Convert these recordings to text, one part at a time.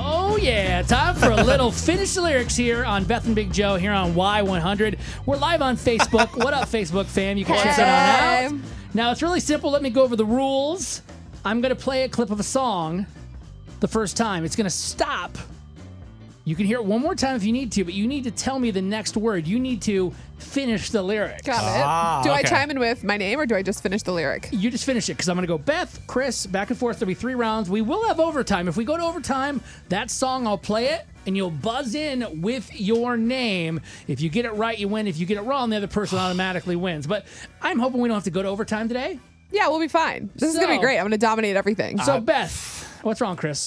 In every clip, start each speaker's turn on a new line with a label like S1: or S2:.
S1: Oh, yeah. Time for a little finish the lyrics here on Beth and Big Joe here on Y100. We're live on Facebook. what up, Facebook fam? You can check that on out. Now, it's really simple. Let me go over the rules. I'm going to play a clip of a song the first time. It's going to stop. You can hear it one more time if you need to, but you need to tell me the next word. You need to finish the lyric.
S2: Got it.
S3: Ah,
S2: do I
S3: okay.
S2: chime in with my name or do I just finish the lyric?
S1: You just finish it because I'm going to go Beth, Chris, back and forth. There'll be three rounds. We will have overtime. If we go to overtime, that song, I'll play it and you'll buzz in with your name. If you get it right, you win. If you get it wrong, the other person automatically wins. But I'm hoping we don't have to go to overtime today.
S2: Yeah, we'll be fine. This is gonna
S1: So-
S2: be great. I'm gonna dominate everything.
S1: So, Beth, what's wrong, Chris?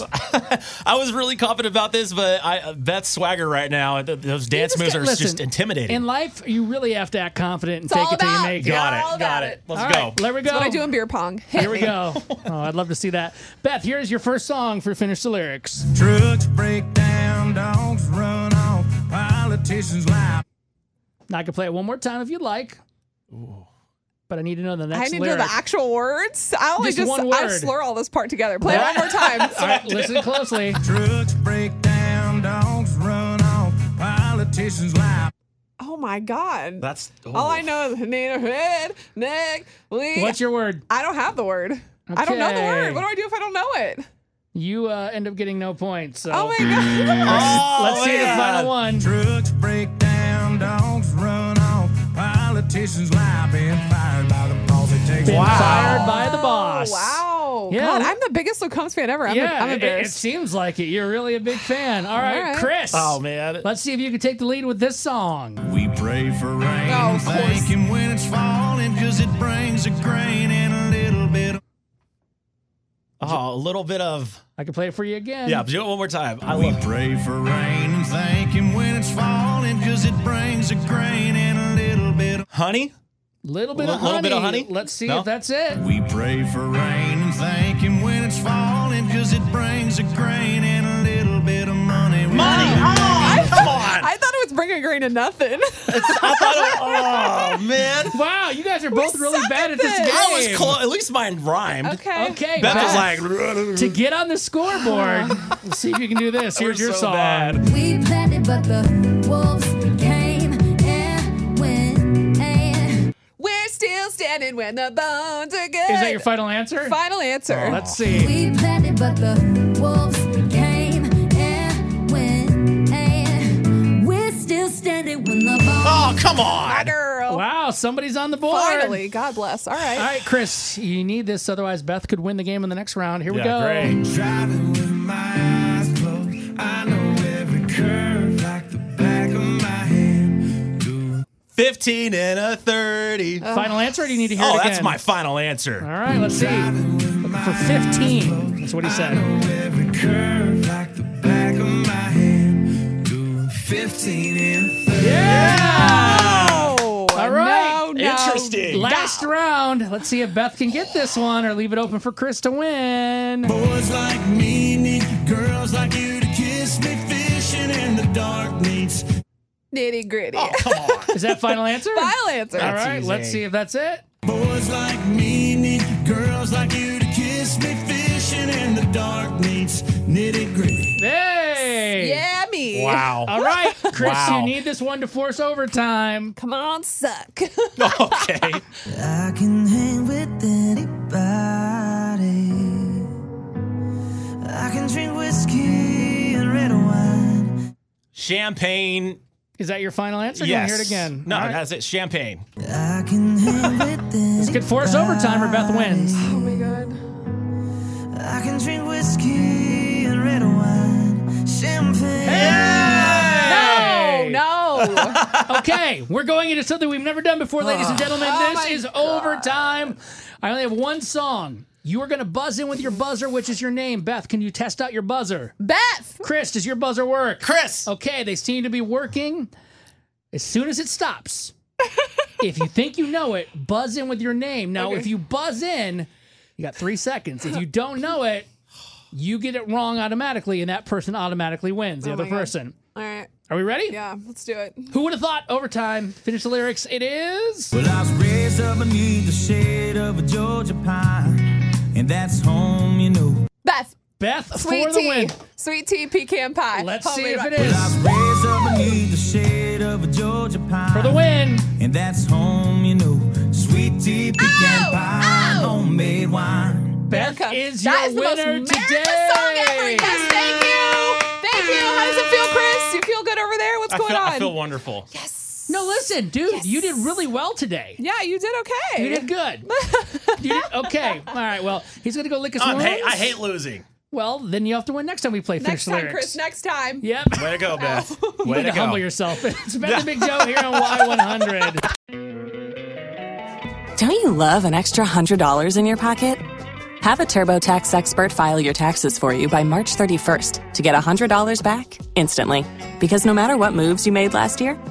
S3: I was really confident about this, but I, Beth's swagger right now, th- those dance moves are
S1: Listen,
S3: just intimidating.
S1: In life, you really have to act confident and
S2: It's
S1: take
S2: all
S1: it till you
S2: about-
S1: make it.
S3: got
S2: Yeah, all
S3: it. Got
S2: about
S3: it.
S2: it.
S3: Let's
S1: All
S3: go.
S1: right, there we go.
S2: what I do in beer pong. Hit
S1: Here we
S2: me.
S1: go. Oh, I'd love to see that. Beth, here's your first song for Finish the Lyrics.
S4: Trucks break down, dogs run off, politicians lie.
S1: Now, I can play it one more time if you'd like. But I need to know the
S2: I
S1: next
S2: need
S1: lyric.
S2: to know the actual words. I only
S1: Just
S2: just,
S1: one
S2: I
S1: word.
S2: slur all this part together. Play it one more time.
S1: All right, listen closely.
S4: Trucks break down, dogs run off, politicians lie.
S2: Oh my god.
S3: That's oh,
S2: all I know is Nina head, neck, lee.
S1: What's your word?
S2: I don't have the word. I don't know the
S1: Okay.
S2: word. What do I do if I don't know it?
S1: You uh, end up getting no points. So
S2: Oh my god.
S3: Oh,
S1: let's see the
S3: man.
S1: final one.
S4: Trucks break down, dogs run off, politicians lie. Being fired by the boss, it takes
S1: Been
S3: Wow.
S1: fired by the boss.
S2: Oh, Wow.
S1: Yeah.
S2: God, I'm the biggest Luke Combs fan ever. I'm,
S1: Yeah,
S2: I'm
S1: it- it, it
S2: embarrassed.
S1: seems like it. You're really a big fan. All right,
S2: right.
S1: Chris.
S3: Oh, man.
S1: Let's see if you can take the lead with this song.
S4: We pray for rain,
S2: Oh, of
S4: thank
S2: course.
S4: him when it's falling, cause it brings a grain and a little bit of
S3: Oh, a little bit of.
S1: I can play it for you again.
S3: Yeah, do it one more time. I
S4: We
S3: love it.
S4: pray for rain and thank him when it's falling, cause it brings a grain and a little bit of
S3: Honey?
S1: Little bit
S3: Li-
S1: of honey.
S3: little bit of honey?
S1: Let's see
S3: No?
S1: if that's it.
S4: We pray for rain and thank him when it's falling, cause it brings a grain and a little bit of money.
S3: Money! Oh, come on!
S2: I thought it was bring a grain of nothing.
S3: I thought it was, oh, man.
S1: Wow, you guys are both really
S2: suck
S1: bad at
S2: at
S1: this game.
S2: this.
S3: I was close. At least mine rhymed.
S2: okay.
S1: Okay,
S3: Beth
S1: Beth,
S3: was like,
S1: to get on the scoreboard. let's see if you can do this.
S3: We're
S1: Here's your
S3: so
S1: song.
S3: bad.
S5: We planted, but the wolves came and went. And
S2: We're still standing when the bones are good.
S1: Is that your final answer?
S2: final answer?
S3: Oh,
S1: Let's see.
S5: we planted, but the wolves came and went. And we're still standing when the ball.
S3: Oh, come
S2: My
S3: on.
S2: girl.
S1: Wow, somebody's on the board.
S2: Finally. God bless. All right.
S1: All right, Chris, you need this, otherwise Beth could win the game in the next round. Here we go.
S3: Yeah, great.
S4: Driving with my eyes closed, I know every curve like the back of my hand. Do
S3: 15 and a 30.
S1: Final answer, or do you need to hear
S3: oh,
S1: it again?
S3: that's my final answer.
S1: All right, let's see. For 15. That's what he said.
S4: every curve like the back of my hand. Do 15 and
S3: Yeah!
S2: Oh,
S1: All right.
S2: No, no.
S3: Interesting.
S1: Last round. Let's see if Beth can get this one or leave it open for Chris to win.
S4: Boys like me need girls like you to kiss me. Fishing in the dark needs.
S2: Nitty gritty.
S1: Oh,
S3: Come on.
S1: Is that final answer?
S2: Final answer.
S1: All right, let's see if that's it.
S4: Boys like me need girls like you to kiss me. Fishing in the dark needs nitty gritty.
S1: Hey!
S2: Yeah, me.
S3: Wow.
S1: All right, Chris,
S3: Wow.
S1: you need this one to force overtime.
S2: Come on, suck.
S3: okay.
S6: I can hang with anybody. I can drink whiskey and red wine.
S3: Champagne.
S1: Is that your final answer? Do you
S3: Yes.
S1: want to hear it again?
S3: No,
S1: All right.
S3: that's it. Champagne.
S6: I can hang with
S1: This could force overtime or Beth wins.
S2: oh my god.
S6: I can drink whiskey and red wine. Champagne.
S1: Hey!
S2: No, Oh, no.
S1: Okay, we're going into something we've never done before, ladies and gentlemen. this
S2: Oh. my
S1: is overtime. I only have one song. You are going to buzz in with your buzzer, which is your name. Beth, can you test out your buzzer?
S2: Beth.
S1: Chris, does your buzzer work?
S3: Chris.
S1: Okay, they seem to be working. As soon as it stops, if you think you know it, buzz in with your name. Now, if you buzz in, you got three seconds. If you don't know it, you get it wrong automatically, and that person automatically wins. The other
S2: Oh my God.
S1: person.
S2: All right.
S1: Are we ready?
S2: Yeah, let's do it.
S1: Who would have thought? Overtime. Finish the lyrics. It is.
S4: Well, I was raised up beneath the shade of a Georgia pine, and that's home, you know.
S2: Beth.
S1: Beth
S2: Sweet
S1: for the
S2: tea.
S1: win.
S2: Sweet tea pecan pie.
S1: Let's
S2: Homemade
S1: see if
S2: pie.
S1: it is
S4: Raised up beneath the shade of a Georgia pine.
S1: for the win.
S4: And that's home, you know. Sweet tea, pecan
S2: Ow!
S4: pie,
S2: Ow!
S4: homemade wine.
S1: Beth
S2: America.
S1: is your
S2: That is the most
S1: winner
S2: America
S1: today.
S2: song ever. Yes, thank you. Thank you. How does it feel, Chris? You feel good over there? What's
S3: I
S2: going
S3: feel,
S2: on?
S3: I feel wonderful.
S1: No, listen, dude, you did really well today.
S2: yeah, you did okay.
S1: You did good. You did- okay. All right. Well, he's gonna go lick his
S3: I'm
S1: wounds.
S3: hate, Oh, I hate losing.
S1: Well, then you have to win next time we play
S2: Next
S1: Finish
S2: time,
S1: Lyrics.
S2: Chris. Next time.
S1: Yep.
S3: Way to go, Beth.
S1: You
S3: Way
S1: need
S3: to
S1: to humble
S3: go.
S1: yourself. It's Beth and Big Joe here on Y100.
S7: Don't you love an extra $100 in your pocket? Have a TurboTax expert file your taxes for you by March 31st to get $100 back instantly. Because no matter what moves you made last year,